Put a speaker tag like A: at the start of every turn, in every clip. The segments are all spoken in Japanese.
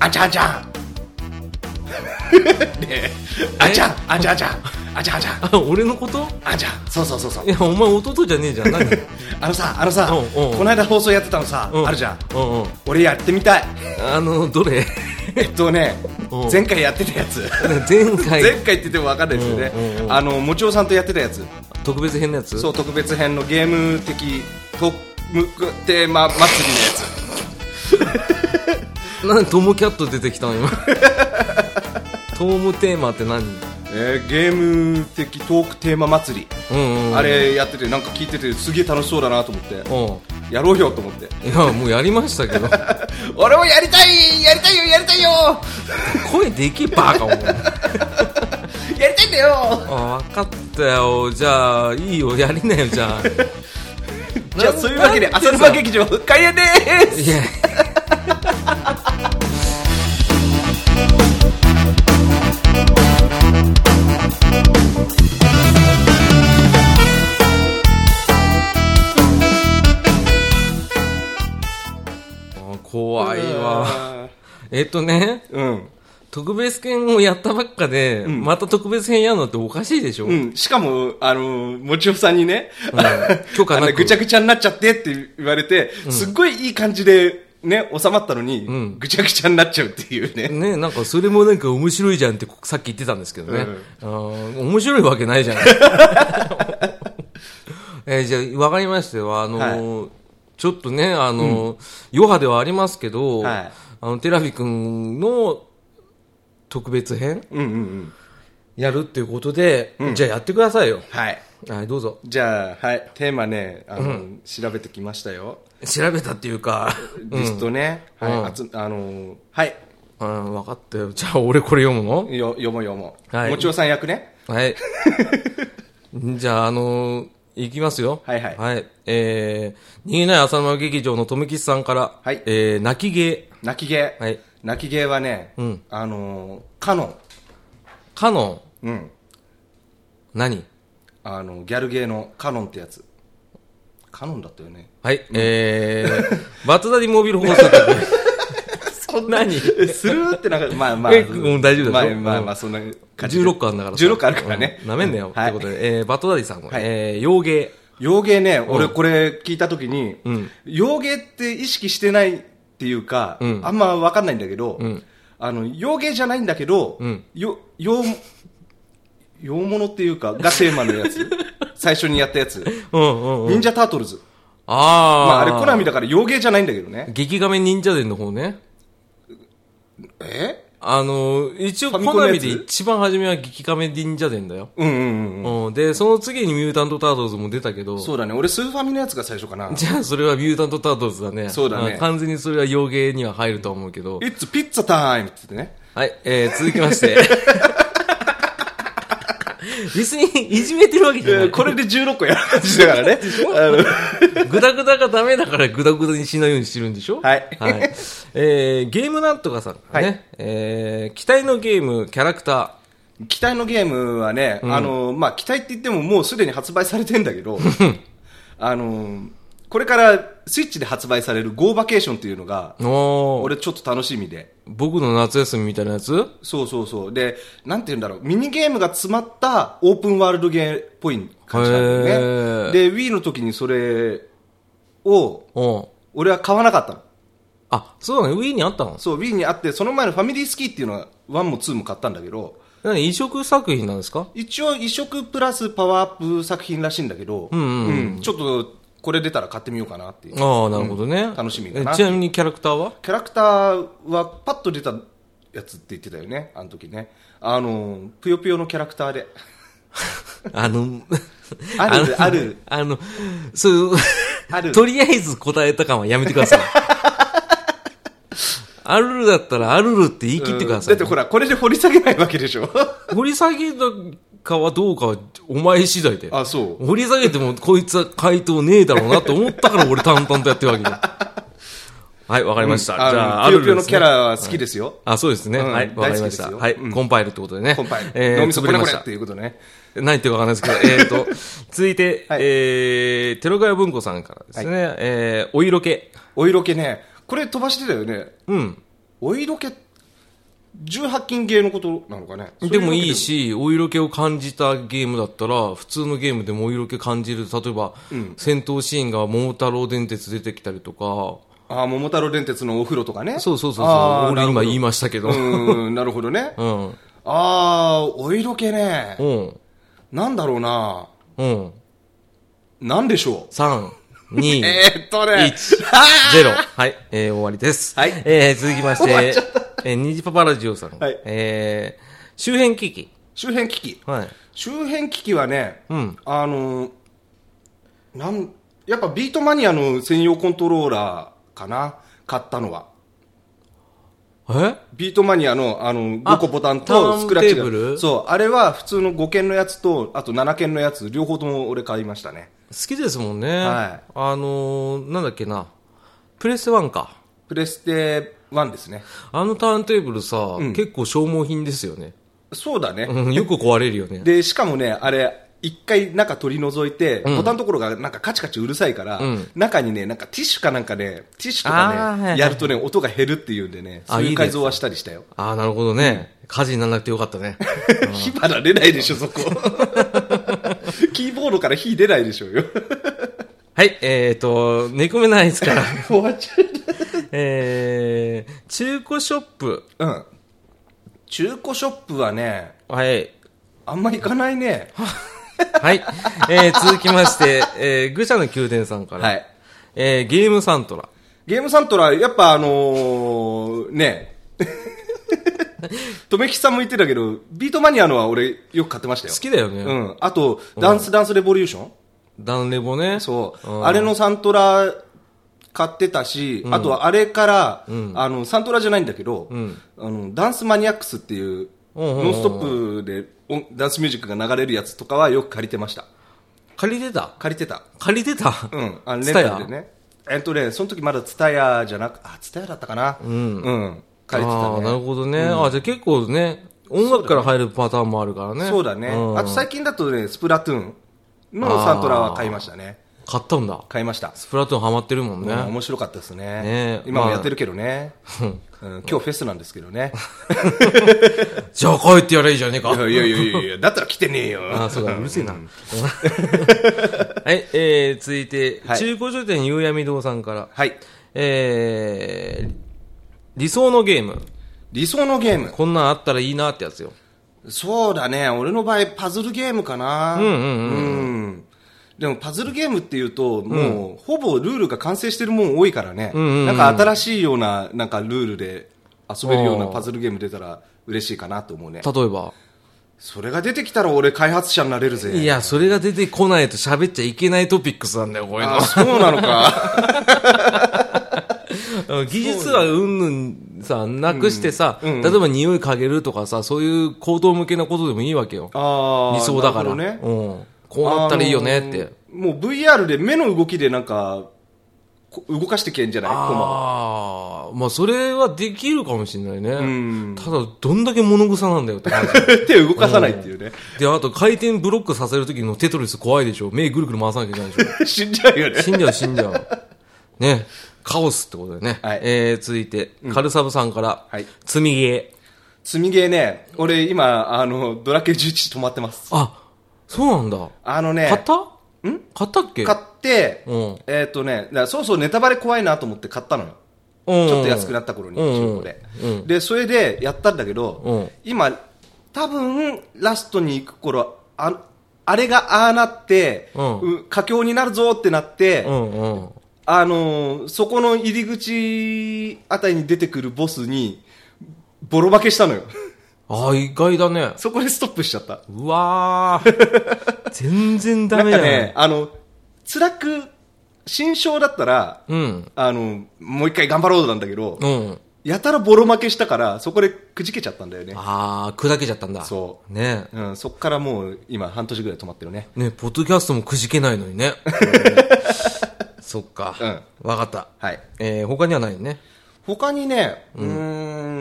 A: ゃあちゃ んであちゃんあちゃあちゃんあちゃあちゃん
B: あ俺のこと
A: あちゃんそうそうそうそう
B: いやお前弟じゃねえじゃん何
A: あのさあのさ
B: うんうん
A: この間放送やってたのさ
B: う
A: あるじゃん
B: うんうん
A: 俺やってみたい
B: あのどれ
A: えっとね
B: うん
A: 前回やってたやつ
B: 前回
A: 前回って言っても分かんないですよね
B: うんうんうん
A: あのもちおさんとやってたやつ
B: 特別編のやつ
A: そう特別編のゲーム的トムテーマ祭りのやつ
B: なんでトムキャット出てきたの今トムテーマって何
A: えーゲーム的トークテーマ祭り、
B: うんうん
A: あれやっててなんか聞いててすげえ楽しそうだなと思って
B: う
A: やろうよと思って
B: んいやもうやりまし たけど
A: 俺もやりたいやりたいよやりたいよ
B: 声できバカお前
A: やりたいんだよ
B: あ分かったよじゃあいいよやりなよじゃあ
A: じゃあそういうわけで
B: なんて
A: 浅
B: さ
A: 沼劇場開演でーす
B: いやあ怖いわえっとね
A: うん、
B: 特別編をやったばっかで、また特別編やるのっておかしいでしょ、
A: うん、しかも、あの、もちおさんにね、
B: 許可なく
A: あのぐちゃぐちゃになっちゃってって言われて、すっごいいい感じで、ね、収まったのに、
B: ん
A: ぐちゃぐちゃになっちゃうっていうね。
B: ね、なんかそれもなんか面白いじゃんってさっき言ってたんですけどね。あー面白いわけないじゃない。 えーじゃあ、わかりましたよ。あのーちょっとね、あのー余波ではありますけど、
A: はい
B: あの、テラフィ君の特別編
A: うんうんうん。
B: やるっていうことで、じゃあやってくださいよ。
A: はい。
B: はい、どうぞ。
A: じゃあ、はい、テーマね、あの、調べてきましたよ。
B: 調べたっていうか、
A: リストね。はい、あつ、あのーはい、
B: うん、分かったよ。じゃあ、俺これ読むの
A: よ、読もう読もう。
B: はい
A: もちおさん役ね。
B: はい。 じゃあ、あのーいきますよ。
A: はいはい
B: はい。えー、逃げない浅沼劇場のとめきちさんから、
A: はい
B: えー、泣き芸、
A: 泣き芸。
B: はい
A: 泣き芸はね、あのーカノ
B: カノ
A: ン。うん。
B: ン、何
A: あの、ギャル芸のカノンってやつ。カノンだったよね。
B: はい、えー、バツダディモービル放送局。 そんなに
A: えスルーってなんか、まあまあ。
B: えもう大丈夫でしょ
A: まあまあ
B: うん
A: まあ、そんな感じで。
B: 16巻だからさ。
A: 16あるからね。
B: うんなめんなよ。
A: は
B: って
A: い
B: こと。で、えー、バトダディさん、
A: い
B: えー、洋芸。
A: 洋芸ね、俺これ聞いたときに
B: ん、
A: 洋芸って意識してないっていうか、あんまわかんないんだけど
B: ん、
A: あの、洋芸じゃないんだけど
B: ん、
A: よ、洋、洋物っていうか、がテーマのやつ。 最初にやったやつ。
B: うんうんうん。
A: 忍者タートルズ。
B: あ
A: ま
B: ー。
A: あ、あれコナミだから洋芸じゃないんだけどね。
B: 劇画面忍者伝の方ね。
A: え
B: あのー一応
A: ファミ
B: コ
A: コンの
B: ナ
A: や
B: ミ
A: つ
B: で一番初めは劇画面忍者伝だよ。
A: うんうんうん。
B: うん、で、その次にミュータント・タートルズも出たけど、
A: そうだね。俺スーファミのやつが最初かな。
B: じゃあそれはミュータント・タートルズだね。
A: そうだね
B: ん完全にそれは洋芸には入ると思うけど。
A: It's pizza time! って言ってね。
B: はい、え ー、続きまして。別にいじめてるわけじゃな
A: えー
B: い。
A: これで16個やる感じだ からね。あ
B: グダグダがダメだからグダグダにしないようにしてるんでしょ
A: はい
B: えー、ゲームなんとかさんからね、
A: はい
B: えー、期待のゲーム、キャラクタ
A: の機体のゲームはね、あの、まあ、機体って言ってももうすでに発売されてんだ けど、あの、これからスイッチで発売される Go バケーションっていうのが、
B: ー。おー、
A: 俺ちょっと楽しみで。
B: 僕の夏休みみたいなやつ
A: そうそうそう。で、なんて言うんだろう、ミニゲームが詰まったオープンワールドゲームっぽい感じなんだ
B: へ
A: よ
B: ー
A: ね。で、Wii の時にそれを、
B: おー
A: 俺は買わなかったの。
B: あ、そうだね、Wii にあったの
A: そう、Wii にあって、その前のファミリースキーっていうのは1も2も買ったんだけど、
B: 何移植作品なんですか
A: 一応移植プラスパワーアップ作品らしいんだけど、うんちょっとこれ出たら買ってみようかなっていうキ
B: ああ、なるほどね。
A: ん楽しみだな
B: えちなみにキャラクター は
A: ャラクターはパッと出たやつって言ってたよねあの時ねあのぷよぷよのキャラクターで
B: あの、
A: ある
B: の
A: ある。
B: あの、そう、
A: ある
B: とりあえず答えた感はやめてく ださい。あるるだったらあるるって言い切ってください。
A: うんだってほらこれで掘り下げないわけでしょ
B: 掘り下げたかはどうかはお前次第で。
A: あそう
B: 掘り下げてもこいつは回答ねえだろうなと思ったから俺淡々とやってるわけ だよ。はい、わかりました。じゃあ、あ
A: ぷよ
B: る
A: ぷよ
B: るで
A: の
B: す
A: キャ
B: ね。
A: ラは好きですよ、
B: あ、そうですね。
A: うん
B: はい、わかりま
A: 大好きで
B: した。
A: すよ
B: はい、
A: うん
B: コンパイルってことでね。
A: コンパイル、
B: えー
A: 脳みそこ
B: 潰れ
A: れ
B: ま
A: こ
B: し
A: れ
B: た
A: っていうことね
B: ないってわかんないですけど、えっ、と、 続いて、
A: はい
B: えー、テロガヤ文庫さんからですね、えー、お色気。
A: お色気ねこれ飛ばしてたよね
B: うん。
A: お色気18禁ゲーのことなのかね。
B: でもいい
A: し
B: し、お色気を感じたゲームだったら、普通のゲームでもお色気感じる、例えば、戦闘シーンが桃太郎電鉄出てきたりとか、
A: ああ、桃太郎電鉄のお風呂とかね。
B: そうそうそうそう、
A: あー
B: 俺今言い
A: な
B: ましたけど、
A: るほど。うーん、なるほどね。
B: うん、
A: ああー、お色気ね
B: う。ん、
A: なんだろうな。
B: うん、
A: なんでしょ
B: 3、
A: う。
B: 2、
A: えー、っとね。
B: 1ゼロ。はい、えー、終わりです。
A: はい
B: えー、続きまして、えー、ニジパパラジオさん。
A: はい
B: えー、周辺機器。
A: 周辺機器。
B: はい。
A: 周辺機器はね、
B: うん
A: あのーなん、やっぱビートマニアの専用コントローラーかな。買ったのは。
B: え
A: ビートマニアのあの
B: あ
A: 5個ボタン
B: ター
A: と
B: ン
A: スクラッチ
B: テーブル
A: が。そう、あれは普通の5件のやつと、あと7件のやつ、両方とも俺買いましたね。
B: 好きですもんね。
A: はい
B: あのー、なんだっけな。プレスワンか。
A: プレステ1ですね。
B: あのターンテーブルさ、
A: ん
B: 結構消耗品ですよね。
A: そうだね。
B: うん、よく壊れるよね。
A: で、しかもね、あれ、一回中取り除いて、
B: ん
A: ボタンのところがなんかカチカチうるさいから、
B: ん
A: 中にね、なんかティッシュかなんかね、ティッシュと
B: あ
A: か
B: ー
A: ね、
B: はいはい
A: やるとね、音が減るっていうんでね、
B: あ
A: そう
B: い
A: い
B: いうです
A: 改造はしたりしたよ。
B: ああ、なるほどね。火事にならなくてよかったね。
A: 火花出ないでしょ、そこ。 キーボードから火出ないでしょ うよ。
B: はい、えっ、ー、と、寝込めないですから。
A: 終わっちゃ
B: えー、中古ショップ。
A: う。うん。中古ショップはね、
B: はい。
A: あんま行かないね。
B: はい。えー、続きまして、えー、愚者の宮殿さんから。
A: はい。
B: えー、ゲームサントラ。
A: ゲームサントラ、やっぱあのー、 ね、とめきさんも言ってたけど、ビートマニアのは俺よく買ってましたよ
B: 好。きだよね。
A: うん。あと、ダンスダンスレボリューション、
B: ダンレボね。
A: そう、
B: ん
A: あれのサントラ買ってたし、あとあれから、あの、サントラじゃないんだけど、あの、ダンスマニアックスっていう、
B: うんうんうん
A: ノンストップで音ダンスミュージックが流れるやつとかはよく借りてました。
B: 借りてた
A: 借りてた。
B: 借りてた
A: うん。あの、レン
B: Tsutaya？
A: タルでね。えっとね、その時まだツタヤじゃなく、あ、ツタヤだったかな。うん。借りて
B: あ
A: た
B: あ、なる
A: ね。
B: ほどね。あ、じゃあ結構ね、音楽から入るパターンもあるからね。
A: そうだね。
B: ん
A: あと最近だとね、スプラトゥーンのサントラは買いましたね。
B: 買ったんだ。
A: 買いました。
B: スプラトゥーンハマってるもん
A: うん
B: ね。
A: 面白かったですね
B: ねえ
A: 今もやってるけどね、うん、今日フェスなんですけどね
B: じ ゃあ帰ってやれいいじゃねえ
A: い
B: か
A: や。いやいやいやいやだったら来てねえよ
B: ああ、そうだ、うるせえな。はい、えー、続いて、
A: はい
B: 中古書店夕闇堂さんから、
A: はい
B: えー、理想のゲーム。
A: 理想のゲーム
B: こんなんあったらいいなってやつよ。
A: そうだね俺の場合パズルゲームかなうんうんでもパズルゲームっていうと、もう、ほぼルールが完成してるもん多いからね、
B: んうんうん
A: なんか新しいような、なんかルールで遊べるようなパズルゲーム出たら嬉しいかなと思うね。
B: 例えば。
A: それが出てきたら俺開発者になれるぜ。
B: いや、それが出てこないと喋っちゃいけないトピックスなんだよ、こういうの
A: あ、。そうなのか。
B: 技術はうんぬんさ、なくしてさ、例えば匂い嗅げるとかさ、そういう行動向けなことでもいいわけよ。
A: あー
B: 理想だから。
A: なるほどね
B: うん。こうなったらいいよねって。
A: あのーもう VR で目の動きでなんか、こ動かしてけんじゃないコマを。
B: ああ、まあそれはできるかもしれないね。
A: ん
B: ただ、どんだけ物臭なんだよって感じ。
A: 手動かさないっていうね。
B: で、あと回転ブロックさせる時のテトリス怖いでしょ。目ぐるぐる回さなきゃいけないでし
A: 死んじゃうよ
B: ょ。
A: ね。
B: 死んじゃう死んじゃう。ね。カオスってことだよね。
A: はい
B: えー、続いて、カルサブさんから、
A: はい
B: 積みゲー。
A: 積みゲーね、俺今、あの、ドラケ11止まってます。
B: あ、そうなんだ。
A: あのね、
B: 買った
A: ん
B: 買ったっけ
A: 買って、
B: うん
A: えっ、とね、だからそうそうネタバレ怖いなと思って買ったのよ。
B: うん
A: ちょっと安くなった頃に、
B: うん
A: 中古で、
B: うん
A: で、それでやったんだけど、
B: うん
A: 今、多分、ラストに行く頃、ああれがああなって、
B: うん
A: う佳境になるぞってなって、
B: うんうん。
A: あのーそこの入り口あたりに出てくるボスに、ボロ負けしたのよ。
B: ああ、意外だね。
A: そこでストップしちゃった。
B: うわー。全然ダメ
A: なん
B: だ
A: かね
B: ね。、
A: あの、辛く、心象だったら、
B: うん。
A: あの、もう一回頑張ろうなんだけど、
B: うん。
A: やたらボロ負けしたから、そこでくじけちゃったんだよね。
B: ああ、砕けちゃったんだ。。
A: そう
B: ね
A: うん、そっからもう今半年ぐらい止まってるね。
B: ねポッドキャストもくじけないのに ね。そっか。わかった。
A: はい。
B: えー、他にはないね。
A: 他にね、うー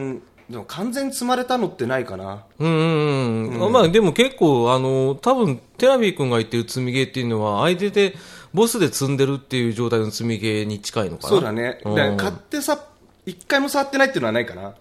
A: ん、でも完全に積まれたのってないかな。
B: うんうんうん。まあでも結構、あの、多分、テラビー君が言ってる積みゲーっていうのは、相手で、ボスで積んでるっていう状態の積みゲーに近いのかな。
A: そうだね。
B: う
A: だ
B: ん
A: から買ってさ、一回も触ってないっていうのはないかな。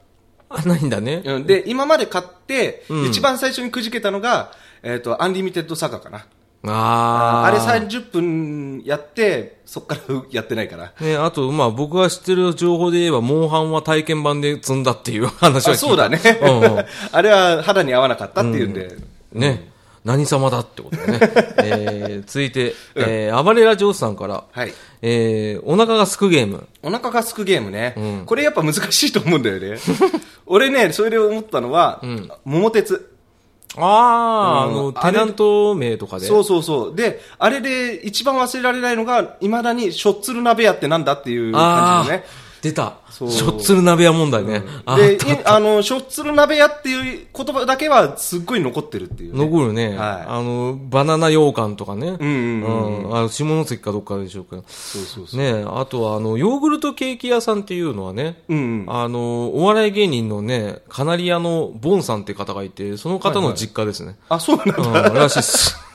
B: あ、ないんだね。
A: うん、で、今まで買って、
B: うん
A: 一番最初にくじけたのが、えっ、と、アンリミテッドサガかな。
B: あ
A: あ
B: あ。
A: れ30分やって、そっからやってないから。
B: ね、あと、まあ、僕が知ってる情報で言えば、モンハンは体験版で積んだっていう話
A: あ
B: は聞いた
A: そうだね。
B: うんうん
A: あれは肌に合わなかったっていうんで。
B: ね、何様だってこと だね。えー、続いて、えー、暴れラジオさんから、
A: はい。
B: えー、お腹がすくゲーム。
A: お腹がすくゲームね、これやっぱ難しいと思うんだよね。 俺ね、それで思ったのは、桃鉄。
B: あ
A: う
B: ー、あの、
A: ん
B: テナント名とかで。
A: そうそうそう。で、あれで一番忘れられないのが、未だにしょっつる鍋屋ってなんだっていう感
B: あ
A: じ
B: ー、
A: のね。
B: 出た。し
A: そう
B: ょっつる鍋屋問題ね。あ
A: で、い
B: ー
A: あの、しょっつる鍋屋っていう言葉だけはすっごい残ってるっていうね、
B: 残るね、
A: はい
B: あの、バナナ羊羹とかね。うん
A: うん
B: あの下関かどっかでしょうか。
A: そうそうそう。
B: ねあとは、あの、ヨーグルトケーキ屋さんっていうのはね、
A: うんうん。
B: あの、お笑い芸人のね、カナリアのボンさんって方がいて、その方の実家ですね。
A: あ、そうなんだ。
B: うん、らしいっす。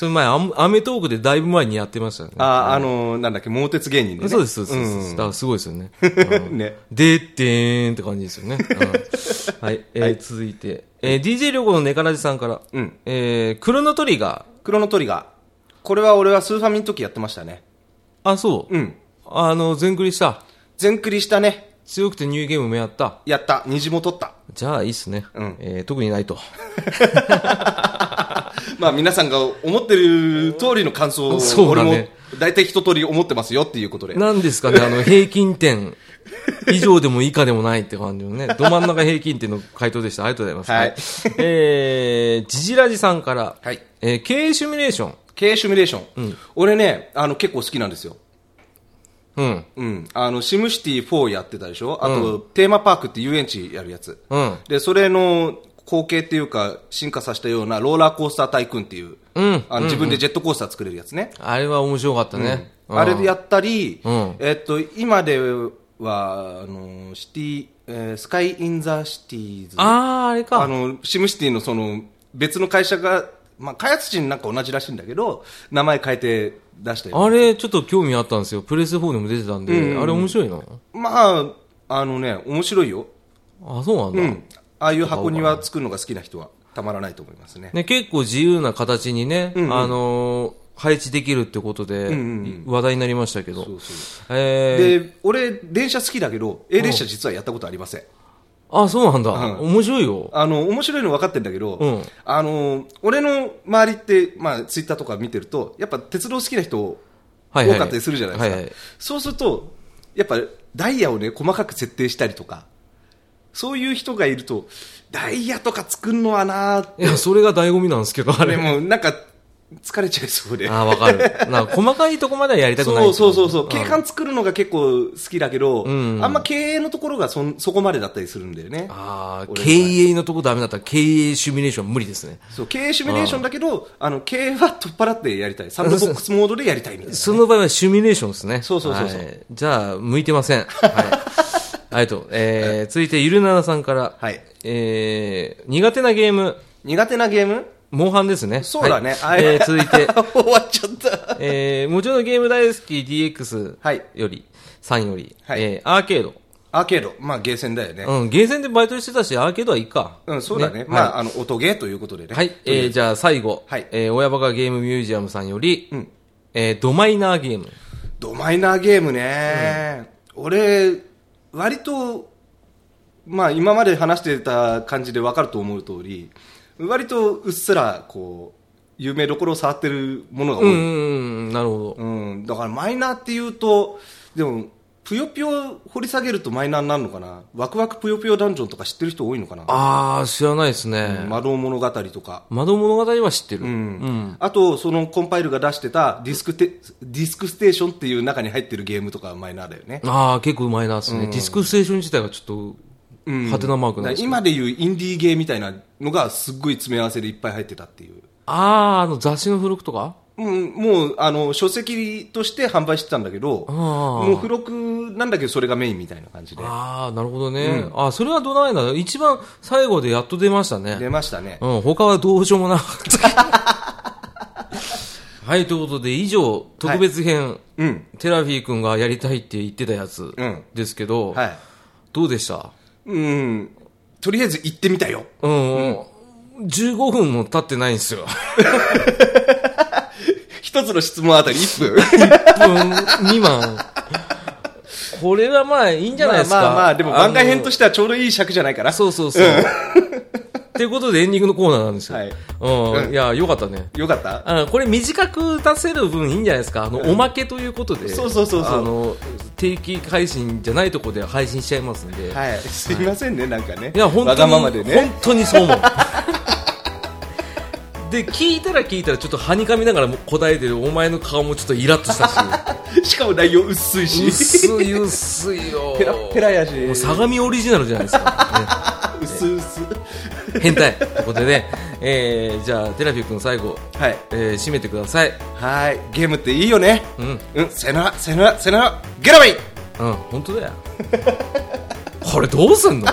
B: それ前、アムアメトークでだいぶ前にやってましたよね。
A: あ、あの、なんだっけ、桃鉄芸人でね。
B: そうです、そうです。そうですだからすごいですよね。う ん
A: ね。
B: でってーんって感じですよね。うんはい、えー続いて、えー DJ 旅行のネカラジさんから、
A: うん
B: えークロノトリガー。
A: クロノトリガー。これは俺はスーファミの時やってましたね。
B: あ、そう。
A: うん。
B: あの、全クリした。
A: 全クリしたね。
B: 強くてニューゲームもやった。
A: やった。虹も取った。
B: じゃあ、いいっすね。
A: うん
B: えー特にないと。
A: まあ皆さんが思ってる通りの感想を、
B: そうだね
A: 俺も大体一通り思ってますよっていうことで。
B: なんですかね、あの、平均点。以上でも以下でもないって感じのね。ど真ん中平均点の回答でした。ありがとうございます。はい。えー、ジジラジさんから、
A: はい。
B: えー経営シミュレーション。
A: 経営シミュレーション。俺ね、あの結構好きなんですよ。
B: うん。
A: うん。あの、シムシティ4やってたでしょあと、テーマパークって遊園地やるやつ。
B: うん。
A: で、それの後継っていうか、進化させたようなローラーコースタータイクンっていう、
B: うん
A: あの自分でジェットコースター作れるやつね。
B: あれは面白かったね。うん
A: あれでやったり、
B: うん
A: えっと、今では、あの、シティ、えースカイ・イン・ザ・シティーズ。
B: あー、あれか。
A: あの、シムシティのその、別の会社が、まあ、開発陣なんか同じらしいんだけど、名前変えて出したよ。
B: あれ、ちょっと興味あったんですよ。プレス4でも出てたんで、あれ面白いな。
A: まあ、あのね、面白いよ。
B: あ、そうなんだ。
A: うん。ああいう箱庭作るのが好きな人は、たまらないと思いますね。
B: ね、結構自由な形にね、あのー配置できるってことで、話題になりましたけど。
A: そうそう。
B: えー、
A: で、俺、電車好きだけど、A 列車実はやったことありません。
B: あ、そうなんだ。面白いよ。
A: あの、面白いの分かってんだけど、
B: うん
A: あの、俺の周りって、まあ、ツイッターとか見てると、やっぱ鉄道好きな人、
B: はいはい
A: 多かったりするじゃないですか。
B: はいはい
A: そうすると、やっぱダイヤをね、細かく設定したりとか、そういう人がいると、ダイヤとか作るのはなーっ
B: いや、それが醍醐味なんですけど、あ
A: て、
B: れ。
A: もうなんか、疲れちゃいそうで。
B: あーわかる。なんか細かいとこまではやりたくない。
A: そうそうそうそう、景観作るのが結構好きだけど、
B: ん
A: あんま経営のところがそんそこまでだったりするんだよね。
B: ああ、
A: 俺
B: 経
A: の場合
B: 営のとこダメだったら経営シミュレーション無理ですね。
A: そう経営シミュレーションだけど、あの経営は取っ払ってやりたい、サンドボックスモードでやりたいみたい な、
B: その場合はシミュレーションですね。
A: そうそうそうそう
B: はいじゃあ、向いてませ ん。はい。ありがとう。えー、続いて、ゆるななさんから。
A: はい
B: えー、苦手なゲーム、
A: 苦手なゲーム
B: モンハンですね。
A: そうだね
B: はい
A: あ
B: えー、続い て、
A: 終わっちゃった、
B: えー、もちろんゲーム大好き DX
A: はい
B: より、さんより、
A: はい
B: えー、アーケード。
A: アーケード、まあ、ゲーセンだよね、
B: うん、ゲーセンでバイトしてたし、アーケードはいいか。
A: うん、そうだね、
B: はい
A: まあ、あの音ゲーということでね、
B: はい、えーじゃあ最後、
A: はい
B: えー親バカゲームミュージアムさんより、
A: うん
B: えードマイナーゲーム。
A: ドマイナーゲームね、俺、割と、まあ、今まで話してた感じで分かると思う通り、割とうっすらこう有名どころを触ってるものが多
B: う
A: い、
B: んうん、うん、なるほど。
A: うん、だからマイナーっていうと、でも、ぷよぷよ掘り下げるとマイナーになるのかな、ワクワクぷよぷよダンジョンとか知ってる人多いのかな、
B: あー、知らないです
A: う
B: ね
A: ん。魔導物語とか、
B: 窓物語は知ってる。
A: うんあと、そのコンパイルが出してたディスクテディスクステーションっていう中に入ってるゲームとかはマイナーだよね。
B: ああ、結構マイナーですね、ディスクステーション自体がちょっと、
A: うん
B: ハテナマークな
A: だか
B: んで
A: ら
B: す
A: 今でいうインディーゲーみたいなのがすっごい詰め合わせでいっぱい入ってたっていう。
B: ああ、あの雑誌の付録とか
A: うん、もう、あの、書籍として販売してたんだけど、
B: あー
A: もう付録なんだけどそれがメインみたいな感じで
B: ああ、なるほどね。あーそれはどないなの一番最後でやっと出ましたね。
A: 出ましたね。
B: うん、他はどうしようもなかった。 はい、ということで、以上、特別編、
A: うん。
B: テラフィー君がやりたいって言ってたやつ
A: うん
B: ですけど、
A: はい。
B: どうでした
A: うん。とりあえず行ってみたよ。
B: うん、うん、15分も経ってないんですよ。
A: 一つの質問あたり1分。
B: 分未満。これはまあいいんじゃないですか。
A: まあまあまあ、でも番外編と
B: し
A: してはちょうどいい尺じゃないかな。
B: そうそうそう。っていうことでエンディングのコーナーなんですよ。
A: はい
B: うん。いや、よかったね。
A: よかった
B: あのこれ短く出せる分いいんじゃないですか。あの、おまけということで。
A: そうそうそうそう
B: あの、定期配信じゃないとこで配信しちゃいますんで。
A: はい。すいませんね、なんかね。
B: いや、本当に。
A: わがままでね。
B: 本当 にそう思う。で、聞いたら聞いたらちょっとはにかみながらも答えてるお前の顔もちょっとイラッとしたし。
A: しかも内容薄い し。
B: 薄い薄いよ。
A: ペラッペラやし。
B: もう相模オリジナルじゃないですか。
A: 薄薄。
B: ね、変態。ということでね、えー、じゃあ、テラフィー君最後、
A: はい。
B: えー、締めてください。
A: はい。ゲームっていいよね。
B: うん。
A: うん。さよなら、さよ なら、さよなら。ゲラウェイ
B: うん、本当だよ。これどうすんの